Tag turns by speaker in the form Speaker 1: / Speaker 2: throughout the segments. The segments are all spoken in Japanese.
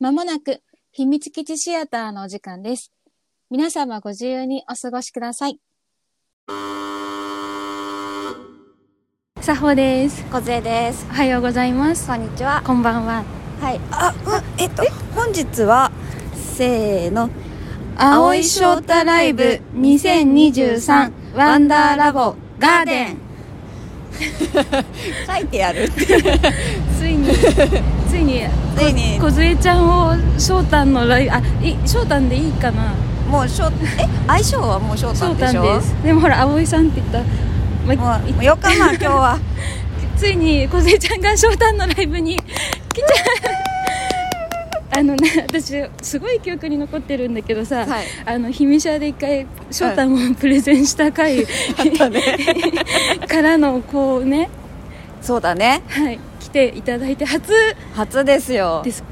Speaker 1: まもなく秘密基地シアターのお時間です。皆様ご自由にお過ごしください。
Speaker 2: 作法です。
Speaker 3: 小杖です
Speaker 2: おはようございます。
Speaker 3: こんにちは
Speaker 2: こんばんは。
Speaker 3: はいあ、うん、えっと本日はせーの
Speaker 2: 青い翔太ライブ2023ワンダーラボガーデン。
Speaker 3: 書いてやる
Speaker 2: ついについに
Speaker 3: ついに
Speaker 2: 小杖ちゃんを翔太のライブあい翔太でいいかな。
Speaker 3: もうしょえ相性はもう翔
Speaker 2: 翔
Speaker 3: 太で
Speaker 2: 太
Speaker 3: しょ
Speaker 2: です。でもほら葵さんって言った。
Speaker 3: も
Speaker 2: ま
Speaker 3: うもうよか な今日は
Speaker 2: ついに小杖ちゃんが翔太のライブに来ちゃう。あのね私すごい記憶に残ってるんだけど
Speaker 3: は
Speaker 2: さ。
Speaker 3: い
Speaker 2: あの氷見社で一回翔太もプレゼンした回 からのこうね、
Speaker 3: そうだね
Speaker 2: はい、来ていただいて初
Speaker 3: 初ですよ
Speaker 2: です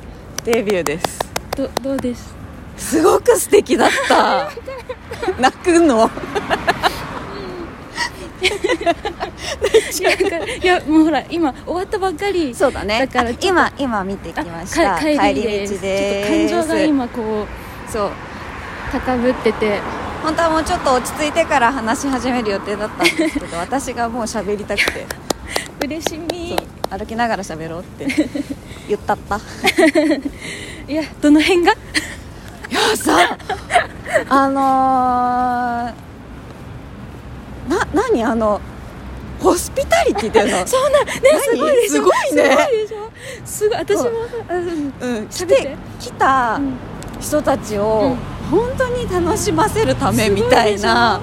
Speaker 3: デビューです
Speaker 2: どどうです
Speaker 3: すごく素敵だった 泣くの
Speaker 2: いやなんかいやもうほら今終わったばっかり
Speaker 3: そうだね
Speaker 2: だから
Speaker 3: あ
Speaker 2: ちょっと
Speaker 3: 今今見てき
Speaker 2: あ
Speaker 3: ました
Speaker 2: か帰りです
Speaker 3: 帰り道で
Speaker 2: ち
Speaker 3: す
Speaker 2: ょっと感情が今こう
Speaker 3: そう
Speaker 2: 高ぶってて
Speaker 3: 本当はもうちょっと落ち着いてから話し始める予定だったんです けど私がもう喋りたくて
Speaker 2: 嬉しみ
Speaker 3: そう歩きながら喋ろうって 言ったったい
Speaker 2: いやどの辺が
Speaker 3: やさあのー、な何あのホスピタリティっていうの
Speaker 2: そうなんねすごいでしょ
Speaker 3: すごいね
Speaker 2: すごいでしょすごい私もあうん
Speaker 3: うん、来
Speaker 2: 喋ってて
Speaker 3: 来た
Speaker 2: うん
Speaker 3: 人たちを本当に楽しませるため
Speaker 2: すご
Speaker 3: み
Speaker 2: いでしょ
Speaker 3: たいな、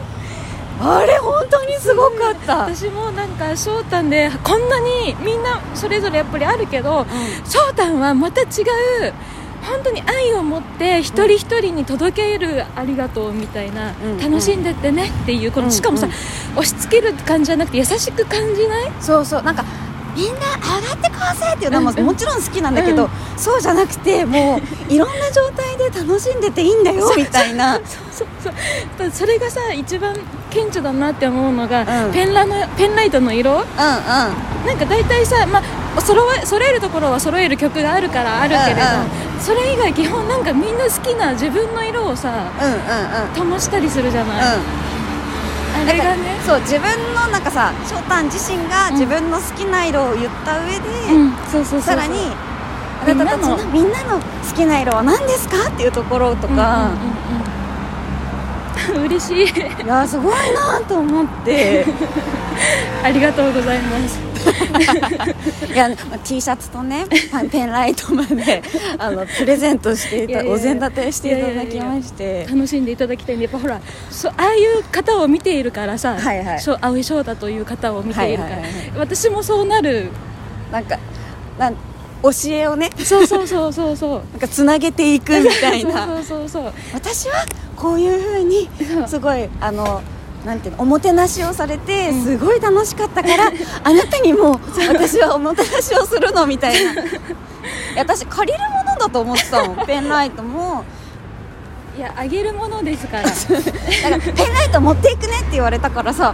Speaker 3: あれ本当にすごかった、
Speaker 2: 私もなんか翔太でこんなにみんなそれぞれやっぱりあるけど翔太はまた違う本当に愛を持って一人一人に届けるありがとうみたいな、
Speaker 3: うん
Speaker 2: 楽しんでってねっていうこの、
Speaker 3: うん
Speaker 2: しかもさ、
Speaker 3: うん
Speaker 2: 押し付ける感じじゃなくて優しく感じない
Speaker 3: そうそうなんかみんな上がってこうぜっていうのも
Speaker 2: うんうん
Speaker 3: もちろん好きなんだけど、
Speaker 2: うん
Speaker 3: そうじゃなくても ういろんな状態で楽しんでていいんだよみたいな
Speaker 2: そうそうだからそれがさ一番顕著だなって思うのが、
Speaker 3: うん
Speaker 2: ペンラのペンライトの色
Speaker 3: う
Speaker 2: なんか大体さ、まあ、揃え揃えるところは揃える曲があるからあるけれど、それ以外基本なんかみんな好きな自分の色をさ
Speaker 3: んうんうんうんうん
Speaker 2: 灯したりするじゃない、
Speaker 3: う
Speaker 2: あ
Speaker 3: ん、
Speaker 2: れ
Speaker 3: な
Speaker 2: が
Speaker 3: ん
Speaker 2: ね
Speaker 3: かそう自分のなんかさ翔太自身が自分の好きな色を言った上で、
Speaker 2: うんそうそうそうそう
Speaker 3: さらにあ
Speaker 2: みん
Speaker 3: な
Speaker 2: な
Speaker 3: たたち
Speaker 2: の
Speaker 3: のみんなの好きな色は何ですかっていうところとか、
Speaker 2: うん うんうんうん嬉しい
Speaker 3: いやすごいなと思 って。
Speaker 2: ありがとうございます
Speaker 3: いや、まあ T シャツとねパンペンライトま であのプレゼントしてい
Speaker 2: いや
Speaker 3: た
Speaker 2: いやいや
Speaker 3: お膳立てしていただきまして
Speaker 2: 楽しんでいただきたいんでやっぱほらそうああいう方を見ているからさ、
Speaker 3: はいはい
Speaker 2: そう青井翔太という方を見ているから、
Speaker 3: はいはいはい
Speaker 2: 私もそうなる
Speaker 3: なんかなん教えをね
Speaker 2: そうそうそうそうそう
Speaker 3: なんかつなげていくみたいな
Speaker 2: そうそうそうそう
Speaker 3: 私はこういう風に
Speaker 2: そう
Speaker 3: すごいあのなんていうのおもてなしをされてすごい楽しかった から、あなたにも私はおもてなしをするのみた いないや私借りるものだと思ってたもんペンライトも。
Speaker 2: いやあげるものですから
Speaker 3: なんかペンライト持っていくねって言われたからさ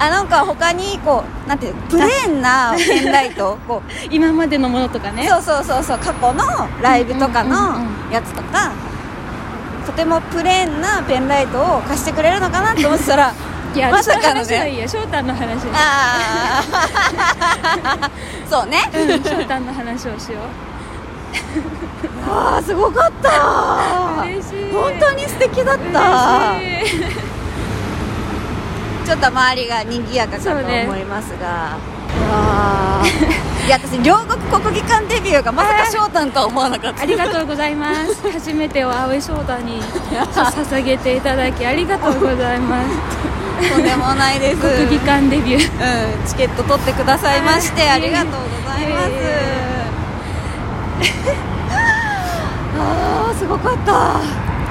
Speaker 3: あなんか他にこうなんていうのプレーンなペンライトこう
Speaker 2: 今までのものとか ね
Speaker 3: そうそうそうそう過去のライブとか
Speaker 2: うんうんうん
Speaker 3: のやつとかとてもプレーンなペンライトを貸してくれるのかなと思ってたら
Speaker 2: いや
Speaker 3: まさかのね
Speaker 2: 私の話はいいや翔太の話です
Speaker 3: ああ そうね
Speaker 2: うん翔太の話をしよ
Speaker 3: ああすごかった
Speaker 2: 嬉しい
Speaker 3: 本当に素敵だっ
Speaker 2: う
Speaker 3: た
Speaker 2: 嬉しい
Speaker 3: ちょっと周りが賑やかかと
Speaker 2: そうね
Speaker 3: 思いますが、わあ いや私両国国技館デビューがまさか翔太とは思わなかった
Speaker 2: ありがとうございます初めてを葵翔太に 捧げていただきありがとうございます
Speaker 3: とんでもないです
Speaker 2: 国技館デビュー
Speaker 3: うん、チケット取ってくださいまして
Speaker 2: は
Speaker 3: あ
Speaker 2: い
Speaker 3: りがとうございます
Speaker 2: いえいえいえ
Speaker 3: あーすごかった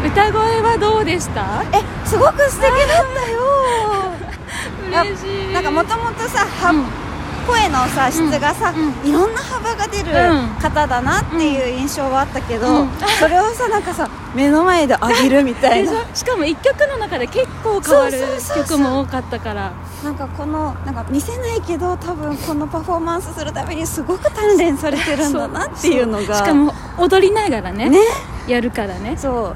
Speaker 2: 歌声はどうでした
Speaker 3: えすごく素敵だったよや
Speaker 2: 嬉しい
Speaker 3: なんかもともとさは、
Speaker 2: うん
Speaker 3: 声のさ質がさ、
Speaker 2: う
Speaker 3: いろんな幅が出る
Speaker 2: うん
Speaker 3: 方だなっていう印象はあったけど、
Speaker 2: うん
Speaker 3: それをさなんかさ目の前で上げるみたい
Speaker 2: で
Speaker 3: な
Speaker 2: しょしかも1曲の中で結構変わ
Speaker 3: そ
Speaker 2: る
Speaker 3: うそうそうそう
Speaker 2: 曲も多かったから
Speaker 3: なんかこのなんか見せないけど多分このパフォーマンスするためにすごく鍛錬されてるんだなっていうのが
Speaker 2: しかも踊りながらね
Speaker 3: ね
Speaker 2: やるからね
Speaker 3: そう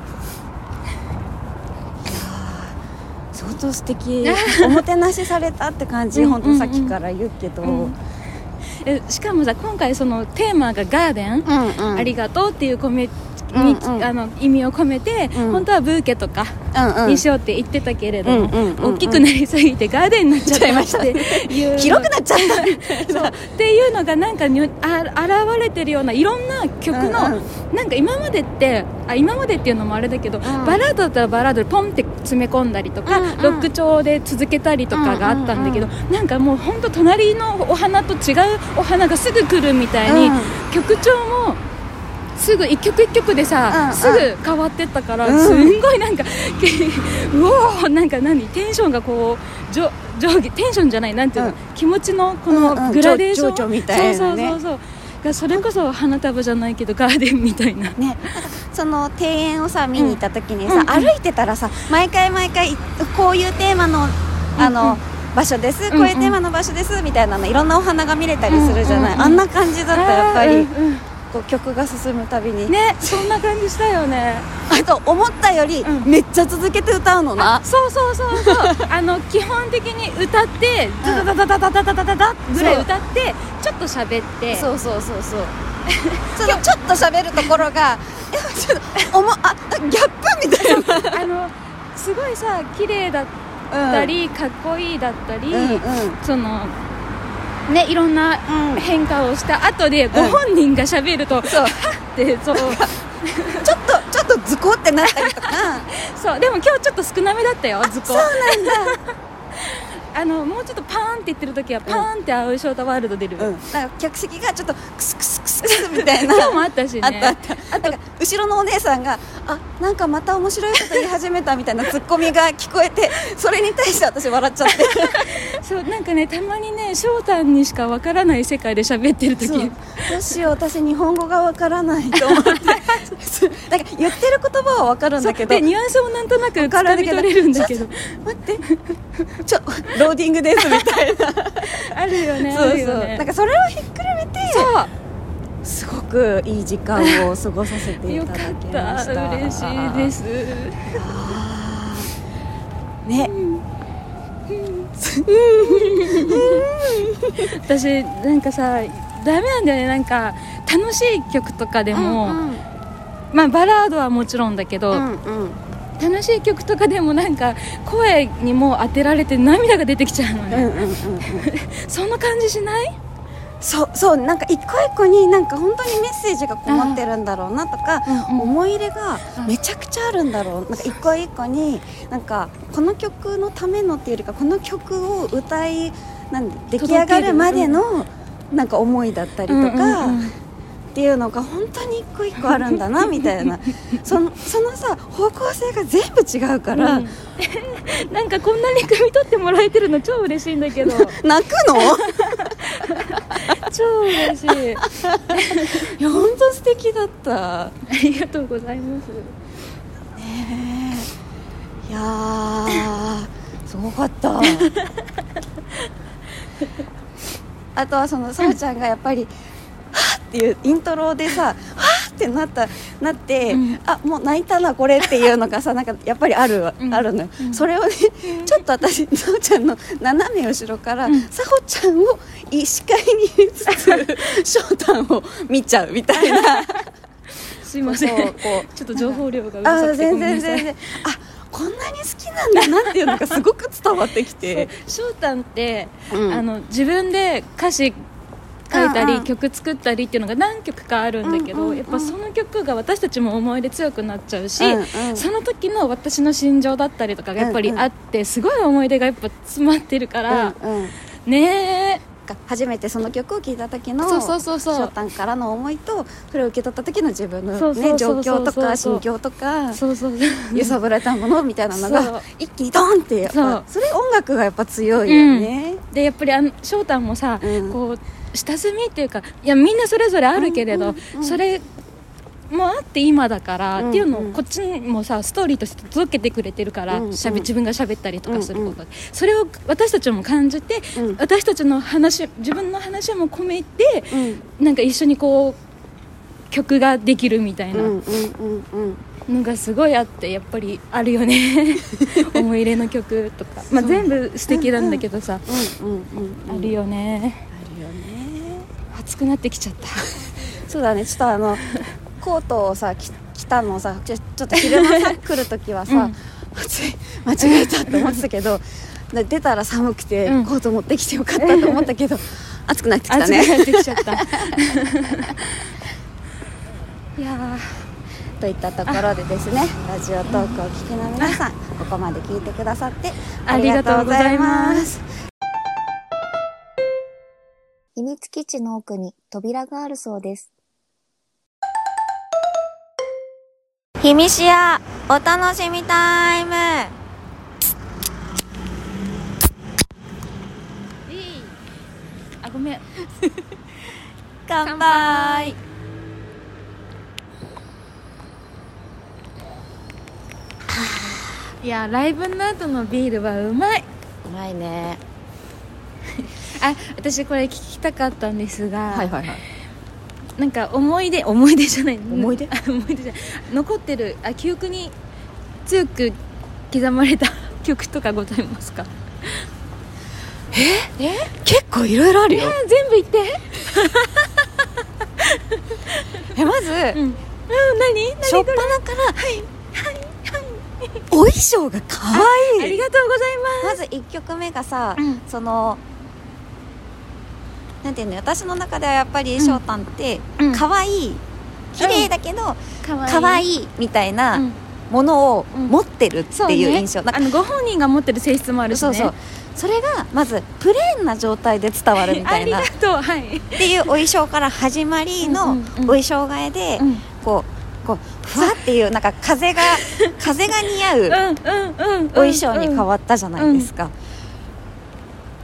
Speaker 3: いやー相当素 敵おもてなしされたって感じ
Speaker 2: うん
Speaker 3: 本当さっきから言うけど、
Speaker 2: うんえしかもさ今回そのテーマが「ガーデン」ありがとう」っていうコメに
Speaker 3: うんうん
Speaker 2: あの意味を込めて、
Speaker 3: うん
Speaker 2: 本当はブーケとか
Speaker 3: うんうん
Speaker 2: にしようって言ってたけれど
Speaker 3: うん
Speaker 2: も、
Speaker 3: うんうんうん
Speaker 2: 大きくなりすぎてガーデンになっちゃった
Speaker 3: ちゃいました
Speaker 2: っていう
Speaker 3: 広くなっちゃったみたい
Speaker 2: そうっていうのがなんかにあ現れてるようないろんな曲の、
Speaker 3: うん
Speaker 2: なんか今までってあ今までっていうのもあれだけど、
Speaker 3: ん
Speaker 2: バラードだったらバラードでポンって詰め込んだりとか、
Speaker 3: うんうん
Speaker 2: ロック調で続けたりとかがあったんだけど、なんかもう本当隣のお花と違うお花がすぐ来るみたいに、
Speaker 3: うん
Speaker 2: 曲調もすぐ一曲一曲で
Speaker 3: うん
Speaker 2: さ、
Speaker 3: うん
Speaker 2: すぐ変わってったから、
Speaker 3: うん
Speaker 2: すんごいなんか、 けうおーなんか何テンションがこう上上下テンションじゃないなんていうの、
Speaker 3: うん
Speaker 2: 気持ちのこ
Speaker 3: うんう
Speaker 2: の
Speaker 3: ん
Speaker 2: グラデーション、
Speaker 3: 情緒みたいなね
Speaker 2: そうそうそうそうがそれこそ花束じゃないけどガーデンみたいな
Speaker 3: ね、なんかその庭園をさ見に行った時にさ、
Speaker 2: うんうん
Speaker 3: 歩いてたらさ毎回毎回いこういうテーマのあの、
Speaker 2: うんうん
Speaker 3: 場所です、
Speaker 2: んうん
Speaker 3: こういうテーマの場所ですみたいなのいろんなお花が見れたりするじゃない、
Speaker 2: うんうんうん
Speaker 3: あんな感じだったやっぱり、
Speaker 2: うんうん
Speaker 3: こう曲が進むたびに、
Speaker 2: ねそんな感じしたよね
Speaker 3: あと思ったより、
Speaker 2: うん
Speaker 3: めっちゃ続けて歌うのな
Speaker 2: そうそうそう そうあの基本的に歌ってダダダダダダダダダダぐらい歌ってちょっと喋って
Speaker 3: そうそうそうそうそのちょっと喋るところがえちょっとおもあギャップみたいな
Speaker 2: あのすごいさ綺麗だったり、かっこいいだったり、
Speaker 3: うんうん
Speaker 2: そのねいろんな
Speaker 3: うん
Speaker 2: 変化をした後でご本人が喋ると、はっ
Speaker 3: そう
Speaker 2: てそう
Speaker 3: ちょっとちょっとズコってなったりとか
Speaker 2: そうでも今日ちょっと少なめだったよ図工そうなんだ あのもうちょっとパーンって言ってる時はパーンって青いショートワールド出る、
Speaker 3: うん、なんか客席がちょっとクスクスクスクスみたいな
Speaker 2: 今日もあったしね
Speaker 3: あったあったなんか後ろのお姉さんが「あなんかまた面白いこと言い始めた」みたいなツッコミが聞こえてそれに対して私笑っちゃって
Speaker 2: そうなんかねたまにね翔太にしかわからない世界で喋ってる 時
Speaker 3: そうどうしよう私日本語がわからないと 思ってそうなんか言ってる言葉はわかるんだけど
Speaker 2: でニュアンスもなんとなく
Speaker 3: わかる
Speaker 2: 掴
Speaker 3: んだ
Speaker 2: み
Speaker 3: けど
Speaker 2: 取れるんだ けど
Speaker 3: 待ってちょローディングですみたいな
Speaker 2: あるよ ね
Speaker 3: そ
Speaker 2: あ
Speaker 3: う
Speaker 2: る
Speaker 3: そう
Speaker 2: よ
Speaker 3: なん
Speaker 2: ね
Speaker 3: かそれをひっくるめて
Speaker 2: そう
Speaker 3: すごくいい時間を過ごさせてい
Speaker 2: よ
Speaker 3: た
Speaker 2: か
Speaker 3: だ
Speaker 2: っ
Speaker 3: きました
Speaker 2: た嬉しいです
Speaker 3: ね
Speaker 2: 私なんかさダメなんだよねなんか楽しい曲とかでも、
Speaker 3: うん
Speaker 2: まあバラードはもちろんだけど、
Speaker 3: うんうん
Speaker 2: 楽しい曲とかでもなんか声にもう当てられて涙が出てきちゃうの
Speaker 3: う
Speaker 2: ね、
Speaker 3: んうんうん
Speaker 2: そんな感じしない
Speaker 3: そうそうなんか一個一個になんか本当にメッセージがこもってるんだろうなとか、
Speaker 2: うんうん
Speaker 3: 思い入れがめちゃくちゃあるんだろう、なんか一個一個になんかこの曲のためのっていうよりかこの曲を歌いなん出来上がるまでのなんか思いだったりとか。
Speaker 2: うんうんうん
Speaker 3: っていうのが本当に一個一個あるんだなみたい なそのそのさ方向性が全部違うから、
Speaker 2: うんなんかこんなに汲み取ってもらえてるの超嬉しいんだけど
Speaker 3: 泣く の
Speaker 2: 超嬉しい
Speaker 3: いや本当素敵だった
Speaker 2: ありがとうございま
Speaker 3: ね
Speaker 2: す
Speaker 3: えいやーすごかったあとはそのさらちゃんがやっぱり「はっ!」っていうイントロでさ「はっ!」ってなったなって、
Speaker 2: うん
Speaker 3: あもう泣いたなこれっていうのがさなんかやっぱりあるわ、
Speaker 2: うん
Speaker 3: あるのよ、それをねちょっと私さほちゃんの斜め後ろから、
Speaker 2: うん
Speaker 3: さほちゃんを視界に入 れつつ翔太を見ちゃうみたいな
Speaker 2: すいません
Speaker 3: そうこう
Speaker 2: ちょっと情報量がうる
Speaker 3: あ
Speaker 2: さくて
Speaker 3: 全
Speaker 2: ごめん
Speaker 3: 然
Speaker 2: な
Speaker 3: 全
Speaker 2: さ
Speaker 3: 然
Speaker 2: い
Speaker 3: あこんなに好きなんだなっていうのがすごく伝わってきて
Speaker 2: そうたんって、
Speaker 3: うん
Speaker 2: あの自分で歌詞書いたり、
Speaker 3: うんうん
Speaker 2: 曲作ったりっていうのが何曲かあるんだけど、
Speaker 3: うんうんうん
Speaker 2: やっぱその曲が私たちも思い出強くなっちゃうし、
Speaker 3: うんうん
Speaker 2: その時の私の心情だったりとかがやっぱりあって、すごい思い出がやっぱ詰まってるから、
Speaker 3: うんうん
Speaker 2: ねえ
Speaker 3: か初めてその曲を聴いた時の
Speaker 4: そうそうそうそう
Speaker 3: ショタンからの思いとそれを受け取った時の自分の、ね、
Speaker 2: そうそう
Speaker 3: 状
Speaker 2: そうそう
Speaker 3: 況とか
Speaker 2: そう
Speaker 3: 心境とか
Speaker 2: そうそう
Speaker 3: 揺さぶられたものみたいなの
Speaker 2: そ
Speaker 3: が
Speaker 2: う
Speaker 3: 一気にドンってやっぱそれ音楽がやっぱ強いよね、
Speaker 2: でやっぱりあの翔太もさ、
Speaker 3: うん
Speaker 2: こう下積みっていうかいやみんなそれぞれあるけれど、
Speaker 3: うんうんうん
Speaker 2: それもあって今だから、
Speaker 3: うんうん
Speaker 2: っていうのをこっちもさストーリーとして届けてくれてるから、
Speaker 3: うんうん
Speaker 2: しゃべ自分が喋ったりとかすることで、それを私たちも感じて、
Speaker 3: うん
Speaker 2: 私たちの話自分の話も込めて
Speaker 3: うん
Speaker 2: なんか一緒にこう曲ができるみたい
Speaker 3: うん
Speaker 2: な
Speaker 3: うんうんうん
Speaker 2: のがすごいあってやっぱりあるよ ね思い入れの曲とか、まあ、全部素敵なんだけどさ、
Speaker 3: うんうんうん
Speaker 2: あるよね。
Speaker 3: あるよね
Speaker 2: 暑くなってきちゃった
Speaker 3: そうだねちょっとあ のコートをさき着たのをさちょちょっと昼間さ来る時は
Speaker 2: う
Speaker 3: さ
Speaker 2: ん
Speaker 3: 暑い間違えたって思ってたけ どで出たら寒くて、
Speaker 2: うん
Speaker 3: コート持ってきてよかったと思った けど暑くなってきた
Speaker 2: 暑く
Speaker 3: ね
Speaker 2: なってきちゃったいや
Speaker 3: といったところでです ねラジオトークをお聞きの皆さんここまで聞いてくださってあ
Speaker 2: あ
Speaker 3: り
Speaker 2: り
Speaker 3: が
Speaker 2: が
Speaker 3: とう
Speaker 2: とう
Speaker 3: ご
Speaker 2: ご
Speaker 3: ざ
Speaker 2: ざ
Speaker 3: い
Speaker 2: い
Speaker 3: ま
Speaker 2: ます
Speaker 1: 秘密基地の奥に扉があるそうです。
Speaker 5: ひみしやお楽しみタイム
Speaker 2: ーあご めん
Speaker 5: 乾杯
Speaker 2: いやライブの後のビールはうまいう
Speaker 1: まいね。
Speaker 2: あ私これ聞きたかったんですが、
Speaker 3: はいはい
Speaker 2: なんか思い出思い出じゃない
Speaker 3: 思い出
Speaker 2: あ思い出じゃない残ってるあ記憶に強く刻まれた曲とかございますか
Speaker 3: 結構いろいろあるよ
Speaker 2: 全部言って
Speaker 3: えまず、
Speaker 2: うん、うん、何
Speaker 3: 初っ端から、お衣装が可
Speaker 2: あ
Speaker 3: 愛い
Speaker 2: りがとうございます
Speaker 3: まず1曲目がさ、
Speaker 2: うん
Speaker 3: そのなんていうの私の中ではやっぱり翔太って
Speaker 2: うん
Speaker 3: 可愛い綺麗だけど
Speaker 2: かわ
Speaker 3: 可愛
Speaker 2: い
Speaker 3: いみたい
Speaker 2: うん
Speaker 3: なものを
Speaker 2: うん
Speaker 3: 持ってるって
Speaker 2: そう
Speaker 3: いう
Speaker 2: ね
Speaker 3: 印象なんか
Speaker 2: あのご本人が持ってる性質もあるし
Speaker 3: そ
Speaker 2: ね
Speaker 3: うそうそれがまずプレーンな状態で伝わるみた
Speaker 2: あ
Speaker 3: い
Speaker 2: り
Speaker 3: な
Speaker 2: が
Speaker 3: っ
Speaker 2: とうはい、
Speaker 3: ていうお衣装から始まり
Speaker 2: う
Speaker 3: の
Speaker 2: んうんうん
Speaker 3: お衣装替えで
Speaker 2: うん、うん
Speaker 3: こうこうふわっていうなんか風が風が似合う
Speaker 2: うんうんうん
Speaker 3: お衣装に変わったじゃないですか、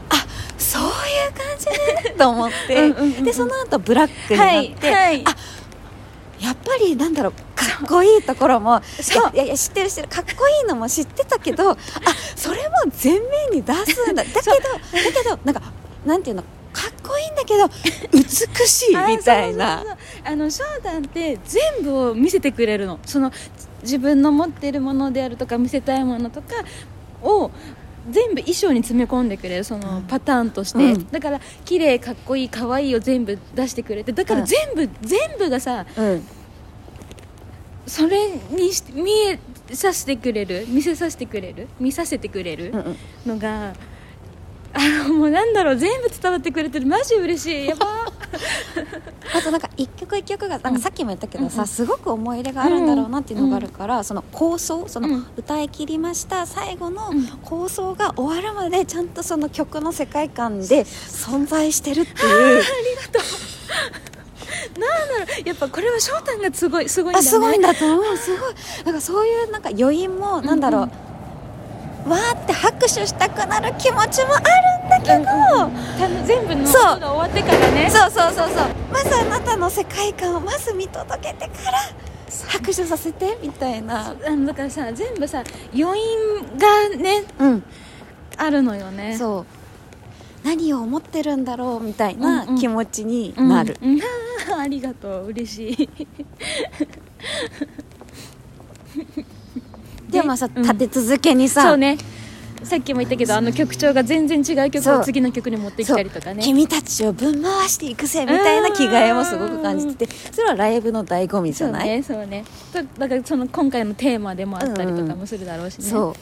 Speaker 3: あそういう感じねと思って
Speaker 2: うんうんうん
Speaker 3: でその後ブラックに
Speaker 2: は
Speaker 3: なっ
Speaker 2: い
Speaker 3: て、
Speaker 2: はい
Speaker 3: あやっぱりなんだろうかっこいいところも
Speaker 2: そう
Speaker 3: いやいや知ってる知ってるかっこいいのも知ってたけどあそれも前面に出すんだだけどだけどなんかなんていうのかっこいいんだけど美し い
Speaker 2: あ
Speaker 3: みたいな
Speaker 2: そうそうそうそうあの翔太って全部を見せてくれるのその自分の持っているものであるとか見せたいものとかを全部衣装に詰め込んでくれるそのパターンとして、
Speaker 3: うん
Speaker 2: だから綺麗かっこいい可愛いを全部出してくれてだから全部、全部がさ
Speaker 3: うん
Speaker 2: それにし見えさせてくれる見せさせてくれる見させてくれる
Speaker 3: うんうん
Speaker 2: のが、あのもうなんだろう全部伝わってくれてるマジ嬉しいやばー
Speaker 3: あとなんか一曲一曲がなん
Speaker 2: う
Speaker 3: か
Speaker 2: ん
Speaker 3: さっきも言ったけどさ、
Speaker 2: うんうん
Speaker 3: すごく思い入れがあるんだろうなっていうのがあるから、その構想その
Speaker 2: うん
Speaker 3: 歌い切りました最後の
Speaker 2: うん
Speaker 3: 構想が終わるまでちゃんとその曲の世界観で存在してるって いう
Speaker 2: なんだろうやっぱこれは翔太がすごいすごいんだ
Speaker 3: あ
Speaker 2: ね
Speaker 3: すごいんだと思うすごいなんかそういうなんか余韻もなんだろう、
Speaker 2: うん
Speaker 3: わーって拍手したくなる気持ちもあるんだけど、
Speaker 2: たの全部の
Speaker 3: そう
Speaker 2: ことが終わってからね
Speaker 3: そうそうそうそうまずあなたの世界観をまず見届けてから拍手させてみたいな。
Speaker 2: あのだからさ全部さ余韻がね
Speaker 3: うん
Speaker 2: あるのよねう
Speaker 3: そう何を思ってるんだろうみたいな
Speaker 2: うんうん
Speaker 3: 気持ちに
Speaker 2: ん
Speaker 3: なる、
Speaker 2: うんあーありがとう嬉しい
Speaker 3: でもさ、
Speaker 2: うん
Speaker 3: 立て続けにさ、
Speaker 2: そうねさっきも言ったけどあの曲調が全然違う曲
Speaker 3: そ
Speaker 2: を
Speaker 3: う
Speaker 2: 次の曲に持ってきたりとかね
Speaker 3: 君たちをぶん回していくぜみたいな着替えもすごく感じててそれはライブの醍醐味じ
Speaker 2: そ
Speaker 3: ゃ
Speaker 2: う
Speaker 3: ない
Speaker 2: ねそうねとだからその今回のテーマでもあったりとかもするだろうしね、
Speaker 3: そう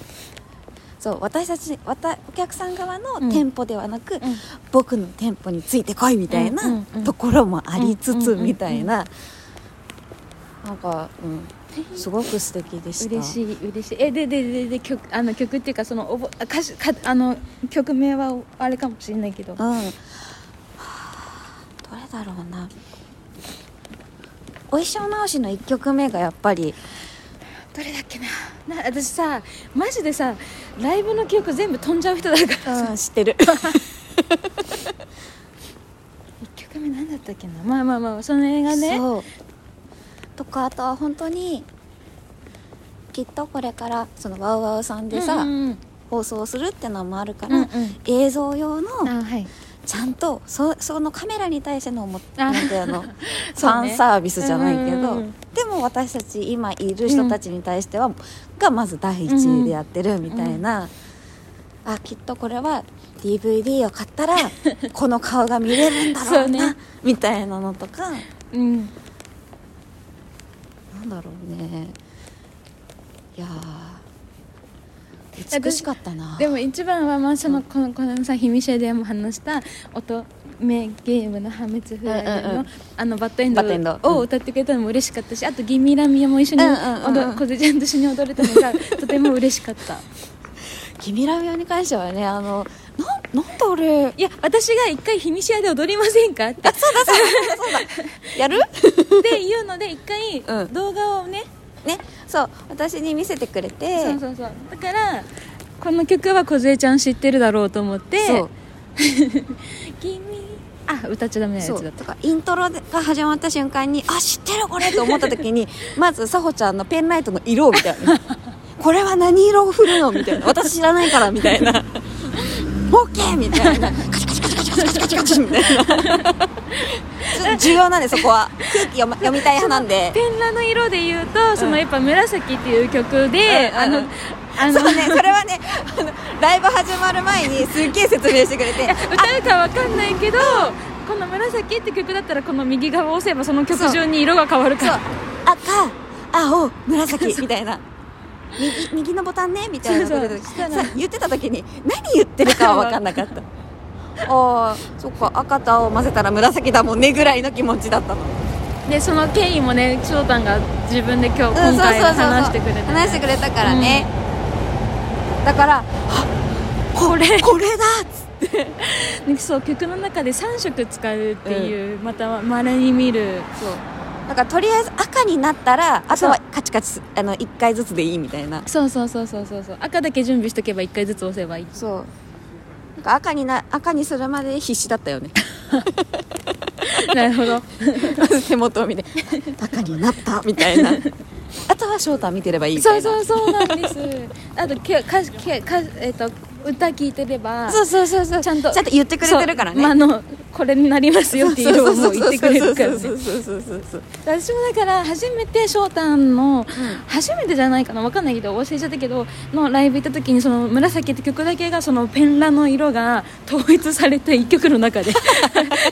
Speaker 3: そう私たちわたお客さん側の店舗ではなく、
Speaker 2: ん
Speaker 3: 僕の店舗についてこいみたい
Speaker 2: うんう
Speaker 3: なん
Speaker 2: うん
Speaker 3: ところもありつつ
Speaker 2: うんうんうん
Speaker 3: みたいななんか、うん、すごく素敵でした
Speaker 2: 嬉しい嬉しいえでででで曲あの曲っていうかそのおぼあ歌詞かあの曲名はあれかもしれないけど
Speaker 3: うん、
Speaker 6: だろうなお衣装直しの1曲目がやっぱり
Speaker 2: どれだっけなな私さマジでさライブの記憶全部飛んじゃう人だから
Speaker 6: うん知ってる
Speaker 2: 1曲目何だったっけなまあまあまあその映画ね
Speaker 6: そう
Speaker 3: とかあとは本当にきっとこれからそのワウワウさんでさ、
Speaker 2: うんうん
Speaker 3: 放送するってのもあるか
Speaker 2: う
Speaker 3: ら、
Speaker 2: んうん
Speaker 3: 映像用の
Speaker 2: あはい
Speaker 3: ちゃんとそそのカメラに対してのおもなんていうのフ
Speaker 2: そう
Speaker 3: ァ
Speaker 2: ね
Speaker 3: ンサービスじゃないけ
Speaker 2: うんう
Speaker 3: ど、
Speaker 2: んうん
Speaker 3: でも私たち今いる人たちに対しては、がまず第一位でやってるみたいな、あきっとこれは DVD を買った らこの顔が見れるんだろう
Speaker 2: そ
Speaker 3: な
Speaker 2: うね
Speaker 3: みたいなのとか
Speaker 2: うん
Speaker 3: なんだろうねいやー
Speaker 2: 私
Speaker 3: 美しかったな
Speaker 2: でも一番はまあそのこのこのさ「ひみしえ」でも話した音目ゲームの破滅フライデー
Speaker 3: うんうんう
Speaker 2: の
Speaker 3: ん
Speaker 2: あのバッドエ
Speaker 3: バッドエ
Speaker 2: ン
Speaker 3: ン
Speaker 2: ド
Speaker 3: ド
Speaker 2: を歌ってくれたのも嬉しかったしあと「ギミラミヤ」も一緒に
Speaker 3: うんうんうんうん
Speaker 2: 踊小手ちゃんと一緒に踊れたの がとても嬉しかった
Speaker 3: キミラミアに関してはねあのなんなんだあれ
Speaker 2: いや私が一回「ひみしえ」で踊りません かって
Speaker 3: や る
Speaker 2: で言うので一回
Speaker 3: うん
Speaker 2: 動画をね、
Speaker 3: ねそう私に見せてくれて
Speaker 2: そうそうそうだからこの曲は梢ちゃん知ってるだろうと思って
Speaker 3: そう
Speaker 2: 「 君」あ歌っちゃダメなや
Speaker 3: そ
Speaker 2: つだ
Speaker 3: う
Speaker 2: った
Speaker 3: とかイントロが始まった瞬間にあ知ってるこれと思った時に まずさほちゃんのペンライトの色を見たよ ねこれは何色を振るのみたいな私知らないからみたいな OK! みたいなカチカチカチカチカチカチカチみたいなちょっと重要なんでそこは空気読ま読みたい派なんで
Speaker 2: ペンラの色で言うとそのやっぱ「紫」っていう曲で、
Speaker 3: うん
Speaker 2: あの
Speaker 3: うん
Speaker 2: あの
Speaker 3: そうねそれはねあのライブ始まる前にすっげえ説明してくれて
Speaker 2: 歌うかわかんないけどこの「紫」って曲だったらこの右側を押せばその曲順に色が変わるか
Speaker 3: そう
Speaker 2: ら
Speaker 3: 赤青紫みたいな右右のボタンねみたいな
Speaker 2: そうそう
Speaker 3: ことで
Speaker 2: したら
Speaker 3: さ言ってた時に何言ってるかは分かんなかった あーそっか赤と青混ぜたら紫だもんねぐらいの気持ちだったの
Speaker 2: でその経緯もね翔太が自分で今日今
Speaker 3: うん
Speaker 2: 回
Speaker 3: そうそうそうそう
Speaker 2: 話してくれて、
Speaker 3: 話してくれたからね、だからあこれこれだっつっ
Speaker 2: でそう曲の中で3色使うっていう、またまれに見る
Speaker 3: てだからとりあえず赤になったらあとはカチカチすあの1回ずつでいいみたいな
Speaker 2: そうそうそうそうそうそう赤だけ準備しとけば1回ずつ押せばいい
Speaker 3: そうなんか赤にな赤にするまで必死だったよね
Speaker 2: なるほど
Speaker 3: 手元を見て「バカになった」みたいな あとは翔太見てればいいみた
Speaker 2: そう
Speaker 3: いな
Speaker 2: そうそうなんですあとけ歌け歌えっと歌聞いてれば
Speaker 3: そうそうそうそう
Speaker 2: ちゃんと
Speaker 3: ちゃんと言ってくれてるからね
Speaker 2: そうまああのこれになりますよっていうのをもう言ってくれるからね
Speaker 3: そうそうそうそう そう
Speaker 2: 私もだから初めて翔太の、初めてじゃないかなわかんないけど忘れちゃったけどのライブ行った時にその紫って曲だけがそのペンラの色が統一されて一曲の中で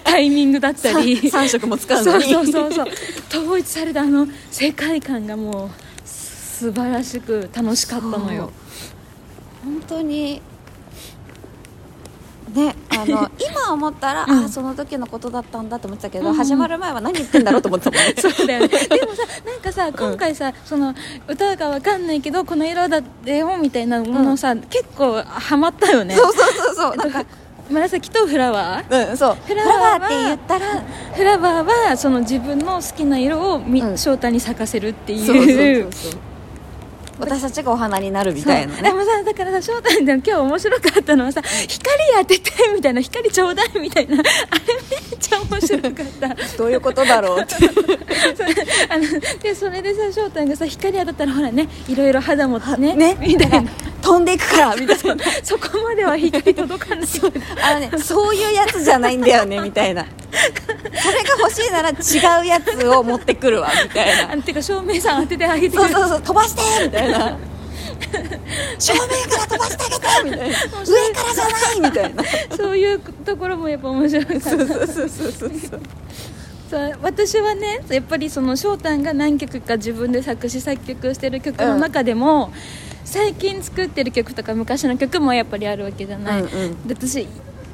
Speaker 2: タイミングだったり
Speaker 3: 3色も使う
Speaker 2: そ
Speaker 3: の
Speaker 2: う
Speaker 3: に
Speaker 2: そうそうそう統一されたあの世界観がもうす素晴らしく楽しかったのよ
Speaker 3: 本当に ねあの今思ったら、あその時のことだったんだと思ってたけど、始まる前は何言ってんだろうと思ってたもんね
Speaker 2: そうだよねでもさなんかさ今回さ、その歌がわかんないけどこの色だよみたいなものさ、結構ハマったよね
Speaker 3: そうそうそうそうなんか
Speaker 2: 紫とフラワー
Speaker 3: うんそう
Speaker 2: フ
Speaker 3: フ
Speaker 2: ラ
Speaker 3: ラ
Speaker 2: ワーは
Speaker 3: ワーって言ったら
Speaker 2: フラワーはその自分の好きな色をみ、
Speaker 3: うん
Speaker 2: 翔太に咲かせるっていう
Speaker 3: そうそうそうそう私たちがお花になるみたいな
Speaker 2: そう
Speaker 3: ね
Speaker 2: でもさだからさ翔太でも今日面白かったのはさ光当ててみたいな光ちょうだいみたいなあれめっちゃ面白か った
Speaker 3: どういうことだろうって
Speaker 2: あのでそれでさ翔太がさ光当たったらほらねいろいろ肌もね
Speaker 3: ね
Speaker 2: みたいな
Speaker 3: 飛んでいくからみたいな
Speaker 2: そこまでは光届 かないけど
Speaker 3: あのね、そういうやつじゃないんだよねみたいなそれが欲しいなら違うやつを持ってくるわみたいな
Speaker 2: あのてか照明さん当ててあげてく
Speaker 3: そう
Speaker 2: れ
Speaker 3: そうそう飛ばしてみたいな正面から飛ばしてあげてみたいな上からじゃないみたいな
Speaker 2: そういうところもやっぱ面白かった
Speaker 3: そうそうそうそうそうそう
Speaker 2: そう私はねやっぱりその翔太が何曲か自分で作詞作曲してる曲の中でも、最近作ってる曲とか昔の曲もやっぱりあるわけじゃない、
Speaker 3: うんうん
Speaker 2: で私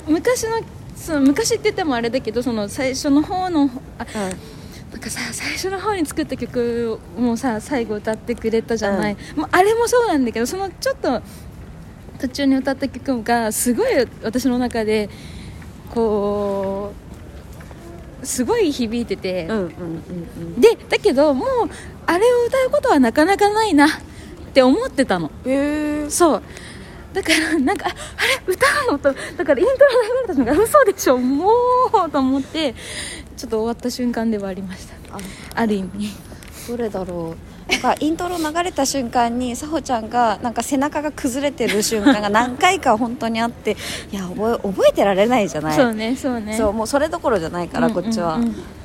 Speaker 2: 昔のその昔って言ってもあれだけどその最初の方のあなんかさ最初の方に作った曲もさ最後歌ってくれたじゃない、もうあれもそうなんだけどそのちょっと途中に歌った曲がすごい私の中でこうすごい響いてて、
Speaker 3: うんうんうん
Speaker 2: でだけどもうあれを歌うことはなかなかないなって思ってたの
Speaker 3: うんへえ
Speaker 2: そうだからなんかああれ歌うのとだからイントロ流れた瞬間嘘でしょもうと思ってちょっと終わった瞬間ではありました
Speaker 3: あ
Speaker 2: ある意味
Speaker 3: どれだろうなんかイントロ流れた瞬間にさほちゃんがなんか背中が崩れてる瞬間が何回か本当にあっていや覚え覚えてられないじゃない
Speaker 2: そうねそうね
Speaker 3: そうもうそれどころじゃないから、
Speaker 2: うんうんうん
Speaker 3: こっちは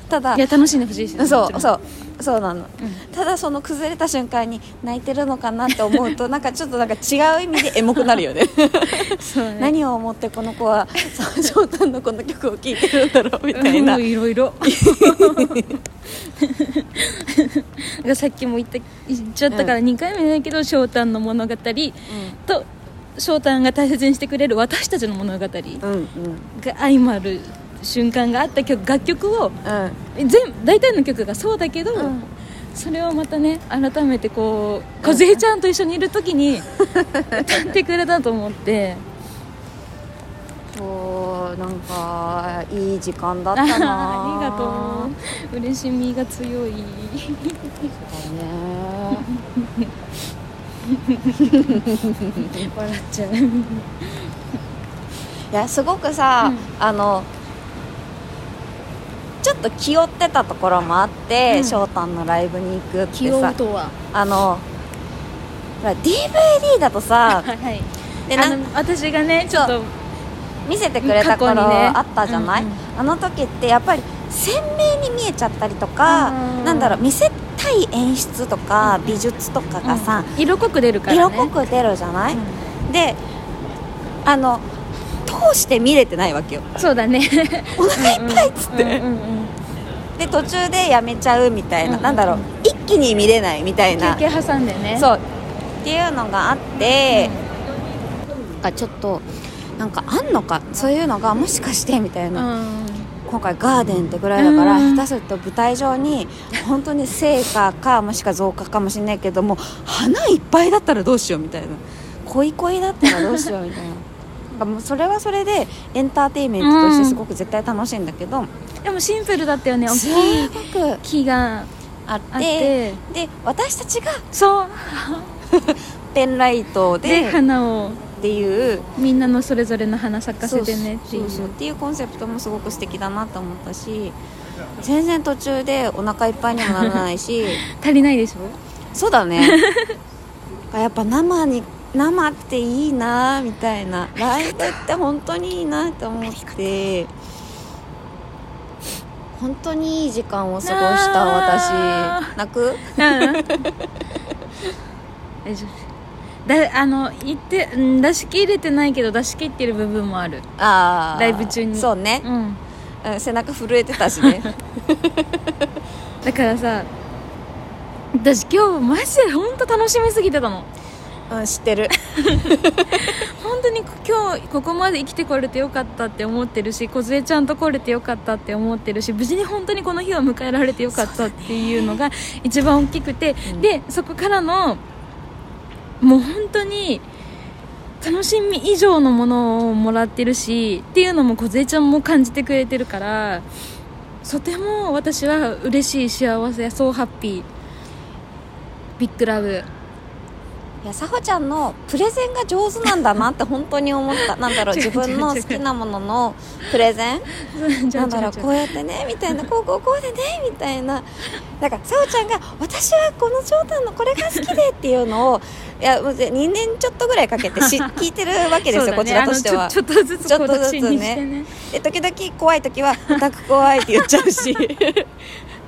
Speaker 3: ただ
Speaker 2: いや楽しんでほしいですね
Speaker 3: そうそううそうなの、ただその崩れた瞬間に泣いてるのかなって思うとなんかちょっとなんか違う意味でエモくなるよね
Speaker 2: そうね
Speaker 3: 何を思ってこの子はさ翔太のこの曲を聴いてるんだろうみたいな
Speaker 2: うんいろいろさっきも言った言っちゃったから2回目だけど翔太の物語と翔太が大切にしてくれる私たちの物語が
Speaker 3: うんうん
Speaker 2: 相まる瞬間があった曲楽曲を
Speaker 3: うん
Speaker 2: 全大体の曲がそうだけど、それをまたね改めてこう梢ちゃんと一緒にいる時に歌ってくれたと思って
Speaker 3: そうなんかいい時間だっ
Speaker 2: ああ
Speaker 3: たな
Speaker 2: りがとう嬉しみが強い。
Speaker 3: うね
Speaker 2: 笑っちゃう。
Speaker 3: いやすごくさ、あのちょっと気負ってたところもあって、
Speaker 2: うん
Speaker 3: 翔太のライブに行くって
Speaker 2: 気負
Speaker 3: さ
Speaker 2: うとは。
Speaker 3: あのほら DVD だと さ
Speaker 2: はい。
Speaker 3: でな
Speaker 2: あ
Speaker 3: ん
Speaker 2: の私がねちょっと
Speaker 3: 見せてくれた頃
Speaker 2: 過去にね
Speaker 3: あったじゃない、
Speaker 2: うんうん
Speaker 3: あの時ってやっぱり鮮明に見えちゃったりとか、
Speaker 2: うん
Speaker 3: なんだろう見せたい演出とか美術とかがさ、
Speaker 2: うん色濃く出るからね。
Speaker 3: 色濃く出るじゃない、であの通して見れてないわけよ
Speaker 2: そうだね。
Speaker 3: お腹いっぱいっつって、
Speaker 2: うんうんうん
Speaker 3: で途中でやめちゃうみたいな、
Speaker 2: うん
Speaker 3: なんだろう一気に見れないみたいな
Speaker 2: 休憩挟んでね。う。
Speaker 3: そうっていうのがあって、なんかちょっとなんかあんのかそういうのがもしかしてみたいな、
Speaker 2: ん。
Speaker 3: 今回ガーデンってぐらいだから、
Speaker 2: うん
Speaker 3: 下手すると舞台上に本当に成果かもしくは増加かもしれないけども花いっぱいだったらどうしようみたいな恋恋だったらどうしようみたいな。 なんかもうそれはそれでエンターテインメントとしてすごく絶対楽しいんだけど、
Speaker 2: でもシンプルだったよね。大
Speaker 3: す
Speaker 2: きい
Speaker 3: ごく
Speaker 2: 木が
Speaker 3: あっ
Speaker 2: あってて、
Speaker 3: で私たちが
Speaker 2: そう。
Speaker 3: ペンライト
Speaker 2: で
Speaker 3: でっ
Speaker 2: 花を
Speaker 3: ていう
Speaker 2: みんなのそれぞれの花咲かせてねって
Speaker 3: そ
Speaker 2: い
Speaker 3: う
Speaker 2: う。
Speaker 3: そうそうっていうコンセプトもすごく素敵だなと思ったし全然途中でお腹いっぱいにもならないし
Speaker 2: 足りないでしょ。
Speaker 3: そうだねやっぱ生に生っていいなみたいなライブって本当にいいなと思って本当にいい時間を過ごした
Speaker 2: なあ
Speaker 3: 私泣く
Speaker 2: 大丈夫。だあの言ってうん出し切れてないけど出し切ってる部分もある。
Speaker 3: あー
Speaker 2: ライブ中に
Speaker 3: そうね、
Speaker 2: うん。
Speaker 3: うん背中震えてたし ね
Speaker 2: だからさ私今日マジで本当楽しみすぎてたの
Speaker 3: うん知ってる
Speaker 2: 本当に今日ここまで生きてこれてよかったって思ってるし梢ちゃんと来れてよかったって思ってるし無事に本当にこの日を迎えられてよかったっていうのが一番大きくて、でそこからのもう本当に楽しみ以上のものをもらってるしっていうのも梢ちゃんも感じてくれてるからとても私は嬉しい幸せそうハッピービッグラブ
Speaker 3: いやさほちゃんのプレゼンが上手なんだなって本当に思ったなんだろう
Speaker 2: 違う違う
Speaker 3: 自分の好きなもののプレゼン なんだろう
Speaker 2: じゃあ
Speaker 3: こうやってねみた いなこうこうこうでねみたいなだからさほちゃんが私はこの冗談のこれが好きでっていうのを いやもう2年ちょっとぐらいか けてし聞いてるわけですよ、
Speaker 2: そうだね
Speaker 3: こちらとして
Speaker 2: あの
Speaker 3: は
Speaker 2: ちょちょっとずつこう
Speaker 3: ちょっとずつね
Speaker 2: 独身にしてね
Speaker 3: で時々怖い時は「オタク怖い」って言っちゃう し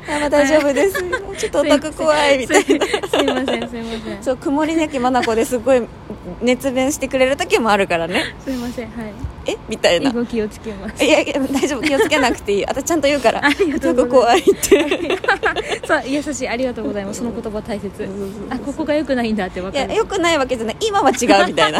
Speaker 3: あまあ大丈夫ですちょっとオタク怖いみたいな
Speaker 2: なすいませんすいませんす
Speaker 3: そう曇りなき眼ですごい熱弁してくれる時もあるからね
Speaker 2: いませんはい
Speaker 3: えみたいな
Speaker 2: 動きをつけます
Speaker 3: いやいや大丈夫気をつけなくていい私ちゃんと言うから
Speaker 2: ありがとう
Speaker 3: こ
Speaker 2: ござ
Speaker 3: 怖いって
Speaker 2: そう優しいありがとうございますその言葉大切あここが良くないんだって分
Speaker 3: い
Speaker 2: か
Speaker 3: や
Speaker 2: る
Speaker 3: よくないわけじゃない今は違うみ たいな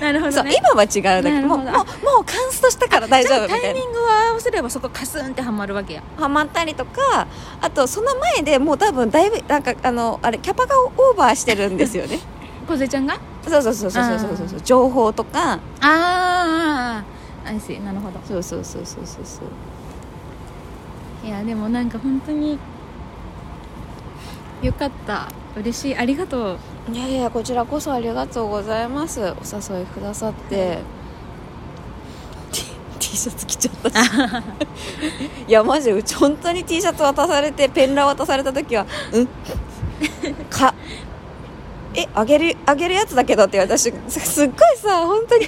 Speaker 2: なるほ
Speaker 3: そ
Speaker 2: ど
Speaker 3: う
Speaker 2: ね
Speaker 3: 今は違うだけ
Speaker 2: なる
Speaker 3: ども
Speaker 2: ほ
Speaker 3: う
Speaker 2: ど
Speaker 3: もうもうカンストしたから大丈夫み
Speaker 2: タ
Speaker 3: た
Speaker 2: イ
Speaker 3: いな
Speaker 2: ミングを合わせればそこカスンってはまるわけや
Speaker 3: ハマったりとかあとその前でもう多分だいぶなんかあのあれキャパがオーバーしてるんです よね
Speaker 2: 小瀬ちゃんが
Speaker 3: そうそうそうそうそうそうそう情報とか
Speaker 2: ああああああああなるほど
Speaker 3: そうそうそうそうそうそう
Speaker 2: いやでもなんか本当によかった嬉しいありがとう
Speaker 3: いやいやこちらこそありがとうございますお誘いくださって T, T シャツ着ちゃったしいやマジうち本当に T シャツ渡されてペンラ渡された時は「うんかえあげるあげるやつだけど」って私すすっごいさ本当に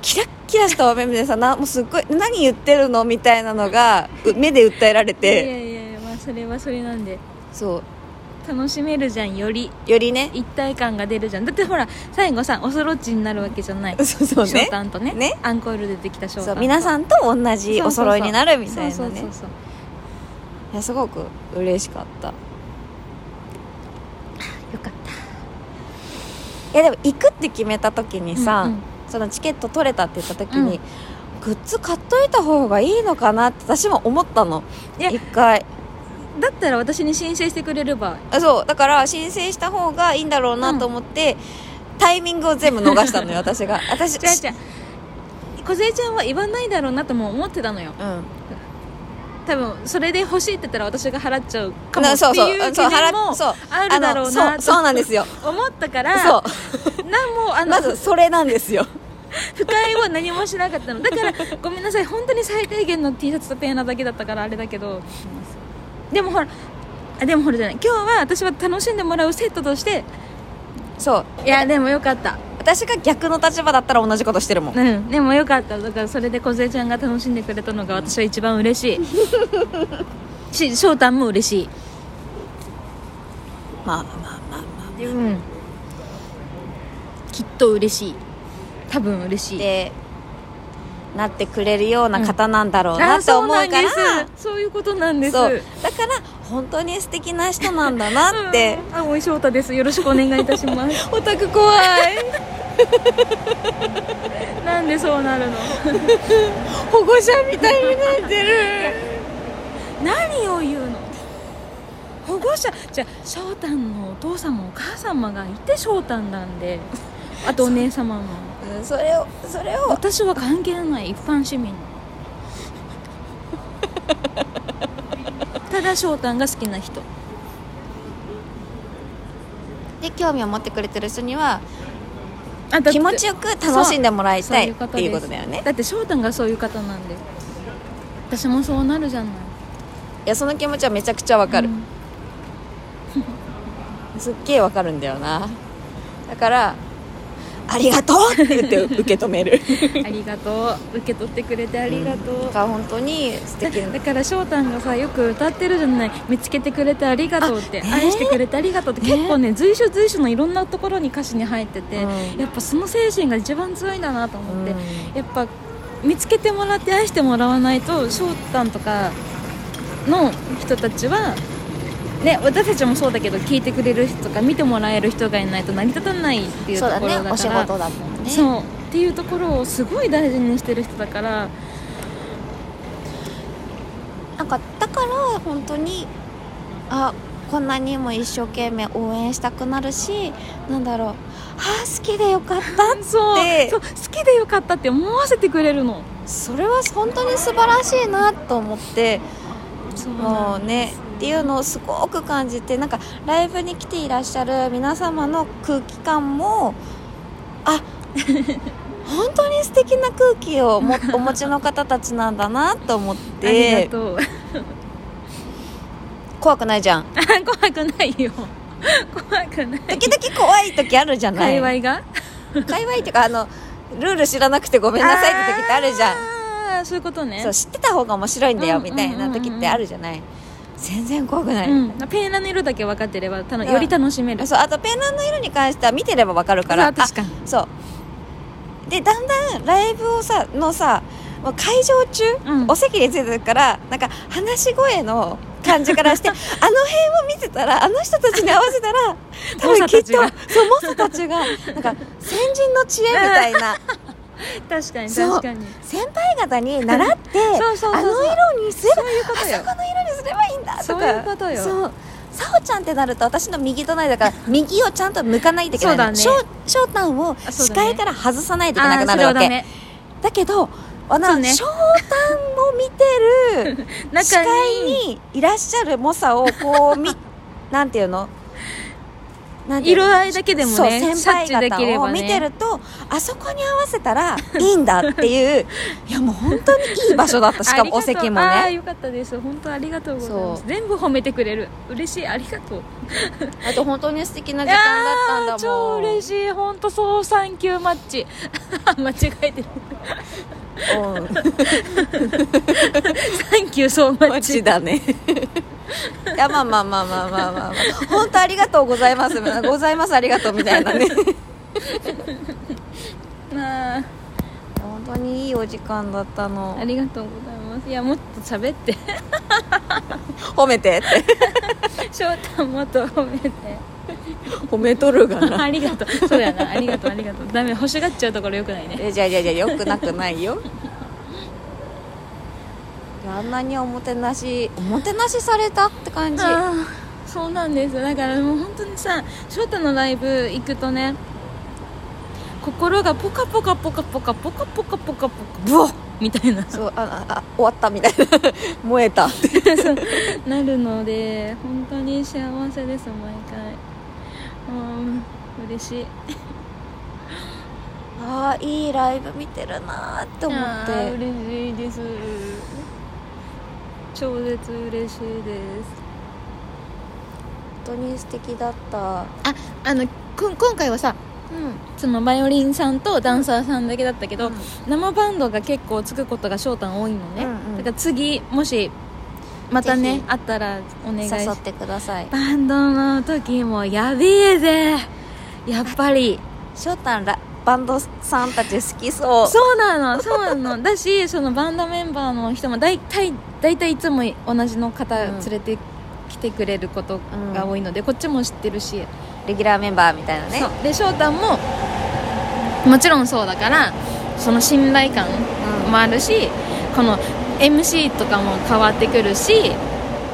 Speaker 3: キラッキラしたお目目でさなもうすっごい何言ってるのみたいなのがう目で訴えられ
Speaker 2: いや
Speaker 3: て
Speaker 2: いやいや、まあ、それはそれなんで
Speaker 3: そ
Speaker 2: 楽しめるじゃんより
Speaker 3: うよりね
Speaker 2: 一体感が出るじゃんだってほら最後さオスロッチになるわけじゃない
Speaker 3: そうそう
Speaker 2: ショ
Speaker 3: ね
Speaker 2: ータンとね
Speaker 3: ね
Speaker 2: アンコールで出てきたショー
Speaker 3: そ
Speaker 2: タン
Speaker 3: う
Speaker 2: と
Speaker 3: 皆さんと同じお揃いになるみたいなね
Speaker 2: そうそうそうそう
Speaker 3: いやすごく嬉しかった
Speaker 2: よかっ
Speaker 3: いやでも行くって決めた時に
Speaker 2: た
Speaker 3: さ、
Speaker 2: うんうん
Speaker 3: そのチケット取れたって言った時に、グッズ買っといた方がいいのかなって私も思ったの
Speaker 2: いや
Speaker 3: 一回
Speaker 2: だったら私に申請してくれれば
Speaker 3: あそうだから申請した方がいいんだろうなと思って、タイミングを全部逃したの よ私が私
Speaker 2: じゃあじゃあ梢ちゃんは言わないだろうなとも思ってたのよ
Speaker 3: うん
Speaker 2: 多分それで欲しいって言ったら私が払っちゃうかも
Speaker 3: な
Speaker 2: ってい
Speaker 3: そううそう
Speaker 2: 疑
Speaker 3: そう
Speaker 2: 念
Speaker 3: 払
Speaker 2: も
Speaker 3: っそう
Speaker 2: あるだろうな
Speaker 3: あのそうそうなんですよ
Speaker 2: と思ったから
Speaker 3: そう
Speaker 2: なんもあの
Speaker 3: まずそれなんですよ
Speaker 2: 不快を何もしなかったのだからごめんなさい本当に最低限の T シャツとペンなだけだったからあれだけどでもほらあでもほらじゃない今日は私は楽しんでもらうセットとして
Speaker 3: そう
Speaker 2: いやでもよかった
Speaker 3: 私が逆の立場だったら同じことしてるもん
Speaker 2: うんでもよかっただからそれで梢ちゃんが楽しんでくれたのが私は一番嬉しいし翔太も嬉しい
Speaker 3: まあまあまあ
Speaker 2: うんきっと嬉しい多分嬉しい
Speaker 3: ってなってくれるような方なんだろうなって思うから、
Speaker 2: あそうなんですそういうことなんです
Speaker 3: そうだから本当に素敵な人なんだな って、
Speaker 2: うん、青井翔太ですよろしくお願いいたします
Speaker 3: オタク怖い
Speaker 2: なんでそうなるの
Speaker 3: 保護者みたいになってる
Speaker 2: 何を言うの保護者じゃあ翔太のお父様お母様がいて翔太なんであとお姉様も
Speaker 3: うんそれをそれを
Speaker 2: 私は関係ない一般市民 ただ翔太が好きな人
Speaker 3: で興味を持ってくれてる人には
Speaker 2: あだって
Speaker 3: 気持ちよく楽しんでもらい
Speaker 2: そう
Speaker 3: た
Speaker 2: い
Speaker 3: いうっ
Speaker 2: こと
Speaker 3: ていうことだよね
Speaker 2: だって翔太がそういう方なんで私もそうなるじゃない
Speaker 3: いやその気持ちはめちゃくちゃわかる、 すっげえわかるんだよなだからありがとうって言って 受け止める
Speaker 2: ありがとう受け取ってくれてありがとう、
Speaker 3: だから本当に素敵な
Speaker 2: だから翔太がさよく歌ってるじゃない見つけてくれてありがとうって、愛してくれてありがとうって、結構ね随所随所のいろんなところに歌詞に入ってて、
Speaker 3: うん
Speaker 2: やっぱその精神が一番強いんだなと思って、
Speaker 3: うん
Speaker 2: やっぱ見つけてもらって愛してもらわないと翔太とかの人たちは。ね、私たちもそうだけど聞いてくれる人とか見てもらえる人がいないと成り立たないっていうと
Speaker 3: そう
Speaker 2: ころ
Speaker 3: だ
Speaker 2: だか
Speaker 3: ね
Speaker 2: ら
Speaker 3: お仕事だもんね
Speaker 2: そうっていうところをすごい大事にしてる人だから
Speaker 3: なんかだから本当にあこんなにも一生懸命応援したくなるしなんだろうあー好きでよかった
Speaker 2: そう
Speaker 3: で
Speaker 2: そう好きでよかったって思わせてくれるの
Speaker 3: それは本当に素晴らしいなと思って
Speaker 2: そう
Speaker 3: もうねっていうのをすごく感じてなんかライブに来ていらっしゃる皆様の空気感も あ本当に素敵な空気をもお持ちの方たちなんだなと思っ
Speaker 2: あり
Speaker 3: て
Speaker 2: がとう
Speaker 3: 怖くないじゃん
Speaker 2: 怖くないよ怖くない
Speaker 3: 時々怖い時あるじゃない
Speaker 2: 界隈が
Speaker 3: 界隈っていうかあのルール知らなくてごめんなさいって時ってあるじゃん
Speaker 2: んあーそういうことね
Speaker 3: そう知ってた方が面白いんだよ
Speaker 2: うん
Speaker 3: みたいな時ってあるじゃない全然怖くない、
Speaker 2: うん、ペンラの色だけ分かってればたの
Speaker 3: そう
Speaker 2: より楽しめる
Speaker 3: そうあとペンランの色に関しては見てればわかるから
Speaker 2: そう確かに
Speaker 3: あそうでだんだんライブをさのさもう会場中、
Speaker 2: うん
Speaker 3: お席についてるからなんか話し声の感じからして あの辺を見てたらあの人たちに合わせたら多
Speaker 2: 猛者
Speaker 3: 分き
Speaker 2: た
Speaker 3: っ
Speaker 2: ち
Speaker 3: と
Speaker 2: が
Speaker 3: そう猛者たちがなんか先人の知恵みたいな
Speaker 2: 確かに
Speaker 3: そう
Speaker 2: 確かに
Speaker 3: 先輩方に習って
Speaker 2: そうそうそうそう
Speaker 3: あの色にすれば
Speaker 2: そういうことよ
Speaker 3: あそこの色にすればいいんだとか
Speaker 2: そういうことよ
Speaker 3: そうさほちゃんってなると私の右隣だから 右をちゃんと向かないといけないの
Speaker 2: そうだね
Speaker 3: しょうしょうたんを
Speaker 2: あそう
Speaker 3: 視
Speaker 2: だね
Speaker 3: 界から外さないといけな
Speaker 2: あー
Speaker 3: くな
Speaker 2: そ
Speaker 3: る
Speaker 2: れ
Speaker 3: わ
Speaker 2: は
Speaker 3: け
Speaker 2: ダ
Speaker 3: だ,、
Speaker 2: メ
Speaker 3: けどあな
Speaker 2: そうね
Speaker 3: 翔太を見てる視
Speaker 2: 中
Speaker 3: 界
Speaker 2: に
Speaker 3: にいらっしゃる猛者をこう みなんていうのなんていうの
Speaker 2: 色合いだけでも
Speaker 3: そう
Speaker 2: ね
Speaker 3: 先
Speaker 2: 察
Speaker 3: 輩
Speaker 2: 知できれ
Speaker 3: 方を
Speaker 2: ば
Speaker 3: 見て
Speaker 2: ね
Speaker 3: ると、あそこに合わせたら いいんだっていういやもう本当にいい場所だったしかもお
Speaker 2: ありがと
Speaker 3: 席
Speaker 2: う
Speaker 3: も
Speaker 2: あー
Speaker 3: ね
Speaker 2: よかったです本当ありがとうござい
Speaker 3: そ
Speaker 2: ます全部褒めてくれる嬉しいありがとう
Speaker 3: あと本当に素敵な時
Speaker 2: や
Speaker 3: 間だったんだ
Speaker 2: 超
Speaker 3: もん
Speaker 2: 嬉しい本当そうサンキューマッチ 間違えてる
Speaker 3: うん
Speaker 2: サンキューそうマッ
Speaker 3: マ
Speaker 2: チ
Speaker 3: ジだね。いやまあまあまあまあまあまあ、まあ、本当ありがとうございます。ございますありがとうみたいなね。
Speaker 2: まあ
Speaker 3: 本当にいいお時間だったの
Speaker 2: あ。りがとうございますいやもっと喋って
Speaker 3: 褒めてって
Speaker 2: 翔太もっと褒めて
Speaker 3: 褒めとるがな。
Speaker 2: ありがとうそうやなありがとうありがとうダメ欲しがっちゃうところよくないね
Speaker 3: えじゃあじゃあじゃあよくなくないよ。いやあんなにおもてなしおもてなしされたって感じ。
Speaker 2: あーそうなんですだからもう本当にさ翔太のライブ行くとね心がポカポカポカポカポカポカポカポカ
Speaker 3: ブオッ
Speaker 2: みた いな
Speaker 3: そうあああ終わったみたいな 燃えたって。
Speaker 2: なるので本当に幸せです毎回うん嬉しい
Speaker 3: ああいいライブ見てるなーって思
Speaker 2: あ
Speaker 3: っ
Speaker 2: ー
Speaker 3: て。
Speaker 2: 嬉しいです超絶嬉しいです
Speaker 3: 本当に素敵だった。
Speaker 2: あのくん今回はさ
Speaker 3: う
Speaker 2: そのバイオリンさんとダンサーさんだけだったけど、
Speaker 3: うん
Speaker 2: 生バンドが結構つくことが翔太多いのね、
Speaker 3: うんうん
Speaker 2: だから次もしまた
Speaker 3: ぜ
Speaker 2: ね
Speaker 3: ひ
Speaker 2: あったらお願いし
Speaker 3: 誘ってください。
Speaker 2: バンドの時もやべえぜやっぱり
Speaker 3: ショウタンらバンドさんたち好きそう。
Speaker 2: そうなのそうなの だしそのバンドメンバーの人も大体大体いつも同じの方
Speaker 3: うん
Speaker 2: 連れてきてくれることが多いので、こっちも知ってるし、
Speaker 3: レギュラーメンバーみたいなね。
Speaker 2: そうで翔太ももちろんそうだからその信頼感もあるし、この MC とかも変わってくるし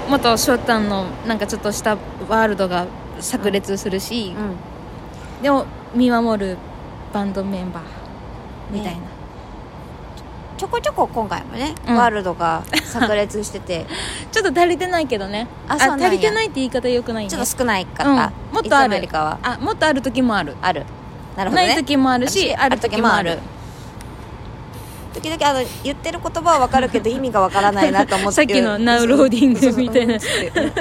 Speaker 2: もっと翔太のなんかちょっとしたワールドが炸裂するし、
Speaker 3: うん。
Speaker 2: でも見守るバンドメンバーみたいな、
Speaker 3: ちょこちょこ今回もね、
Speaker 2: うん
Speaker 3: ワールド が炸裂してて、
Speaker 2: ちょっと足りてないけどね
Speaker 3: あそうなんや
Speaker 2: 足りてないって言い方よくないね
Speaker 3: ちょっと少ないかった。
Speaker 2: うんもっとある
Speaker 3: いつもよりかは
Speaker 2: あもっとある時もある
Speaker 3: ある。なるほど
Speaker 2: ない
Speaker 3: ね。
Speaker 2: 時もあるしあ
Speaker 3: あ
Speaker 2: る
Speaker 3: る
Speaker 2: 時
Speaker 3: 時
Speaker 2: も
Speaker 3: も
Speaker 2: あ
Speaker 3: あ
Speaker 2: る
Speaker 3: る。時々あの言ってる言葉はわかるけ ど意味がわからないなと思って
Speaker 2: さっきのナウローディングみたいな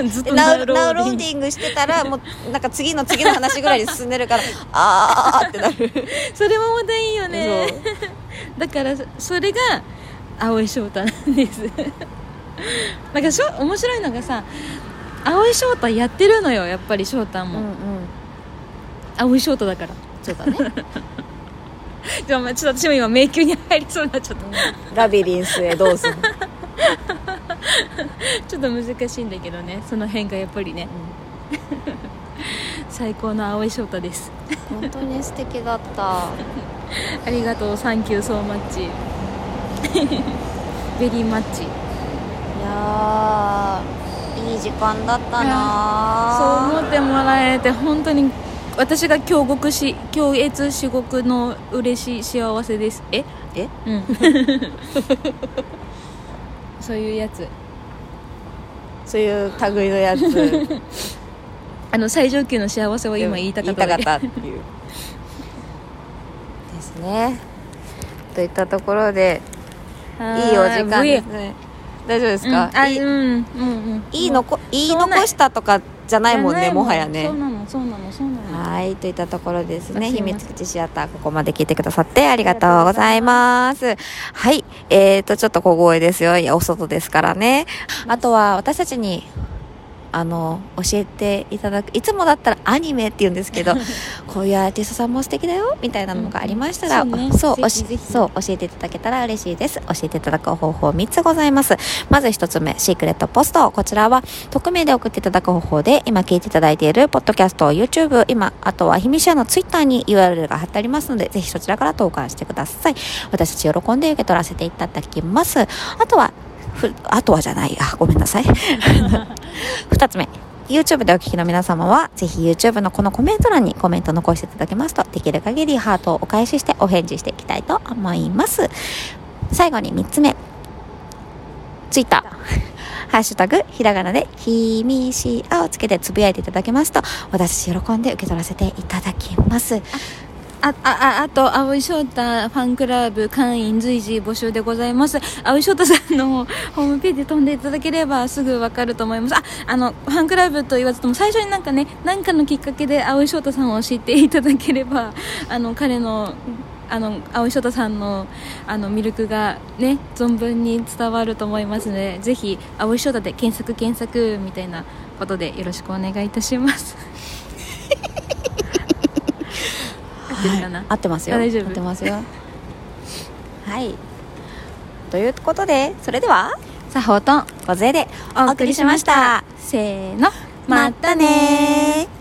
Speaker 2: ずっ
Speaker 3: で
Speaker 2: と
Speaker 3: ナ
Speaker 2: ナ
Speaker 3: ウ
Speaker 2: ウ
Speaker 3: ロ
Speaker 2: ロ
Speaker 3: ー
Speaker 2: ー
Speaker 3: デ
Speaker 2: デ
Speaker 3: ィ
Speaker 2: ィ
Speaker 3: ン
Speaker 2: ン
Speaker 3: グ
Speaker 2: グ
Speaker 3: してたらもうなんか次の次の話ぐらいに進んでるからあーあーあーってなる、
Speaker 2: それもまたいいよね
Speaker 3: そう
Speaker 2: だからそそれが蒼井翔太なんです なんかしょ面白いのがさ蒼井翔太やってるのよやっぱり翔太
Speaker 3: うんう
Speaker 2: も
Speaker 3: ん
Speaker 2: 蒼井翔太だから
Speaker 3: そうだね
Speaker 2: じゃあまあちょっと私も今迷宮に入りそうになっちゃった
Speaker 3: ラビリンスへどうぞ、
Speaker 2: ちょっと難しいんだけどねその辺がやっぱりね、 最高の青い翔太です
Speaker 3: 本当に素敵だった
Speaker 2: ありがとうサンキューソーマッチ ベリーマッチ
Speaker 3: いやーいい時間だったな
Speaker 2: そう思ってもらえて本当に私が京極し京越至極の嬉しい幸せですえ
Speaker 3: え
Speaker 2: うんそういうやつ
Speaker 3: そういう類のやつ
Speaker 2: あの最上級の幸せを今言いたかっただけ
Speaker 3: っていうですねといったところでいい
Speaker 2: はい
Speaker 3: お時間ですね大丈夫です
Speaker 2: うん
Speaker 3: か、
Speaker 2: あ
Speaker 3: いい
Speaker 2: うんうんうん
Speaker 3: いいのこ言い
Speaker 2: しょうがない
Speaker 3: 残したとかじゃないもんねもはやね
Speaker 2: そうなのそうなのそうなの
Speaker 3: はい、といったところですね。
Speaker 2: すい
Speaker 3: 秘
Speaker 2: ません
Speaker 3: 密基地シアター、ここまで聞いてくださってありがとうございます。はい、えーと、ちょっと小声ですよ。いや、お外ですからね。あとは、私たちに、あの、教えていただく、いつもだったらアニメって言うんですけど、こういうアーティストさんも素敵だよ、みたいなのがありましたら、
Speaker 2: うんうん
Speaker 3: そう,、
Speaker 2: そうね
Speaker 3: おし
Speaker 2: ぜひぜひ
Speaker 3: そう、教えていただけたら嬉しいです。教えていただく方法3つございます。まず1つ目、シークレットポスト。こちらは、匿名で送っていただく方法で、今聞いていただいている、ポッドキャスト、YouTube、今、あとは、ひみしやの Twitter に URL が貼ってありますので、ぜひそちらから投函してください。私たち喜んで受け取らせていただきます。あとは、ふあとはじゃない。あ、ごめんなさい。 二つ目。YouTube でお聞きの皆様は、ぜひ YouTube のこのコメント欄にコメント残していただけますと、できる限りハートをお返ししてお返事していきたいと思います。
Speaker 7: 最後に3つ目。ツイッター。ハッシュタグ、ひらがなで、ひみしあをつけてつぶやいていただけますと、私喜んで受け取らせていただきます。
Speaker 2: あ、あ、あ、あと、葵翔太ファンクラブ会員随時募集でございます。葵翔太さんのホームページ飛んでいただければすぐわかると思います。あ、あの、ファンクラブと言わずとも最初になんかね、なんかのきっかけで葵翔太さんを知っていただければ、あの、彼の、あの、葵翔太さんの、あの、魅力がね、存分に伝わると思いますので、ぜひ、葵翔太で検索検索みたいなことでよろしくお願いいたします。合ってるかな
Speaker 3: 合ってますよ
Speaker 2: あ大丈夫
Speaker 3: 合ってますよはいということでそれでは
Speaker 2: さほとん
Speaker 3: ご勢で
Speaker 2: お
Speaker 3: お送りしました
Speaker 2: せーの
Speaker 3: またねー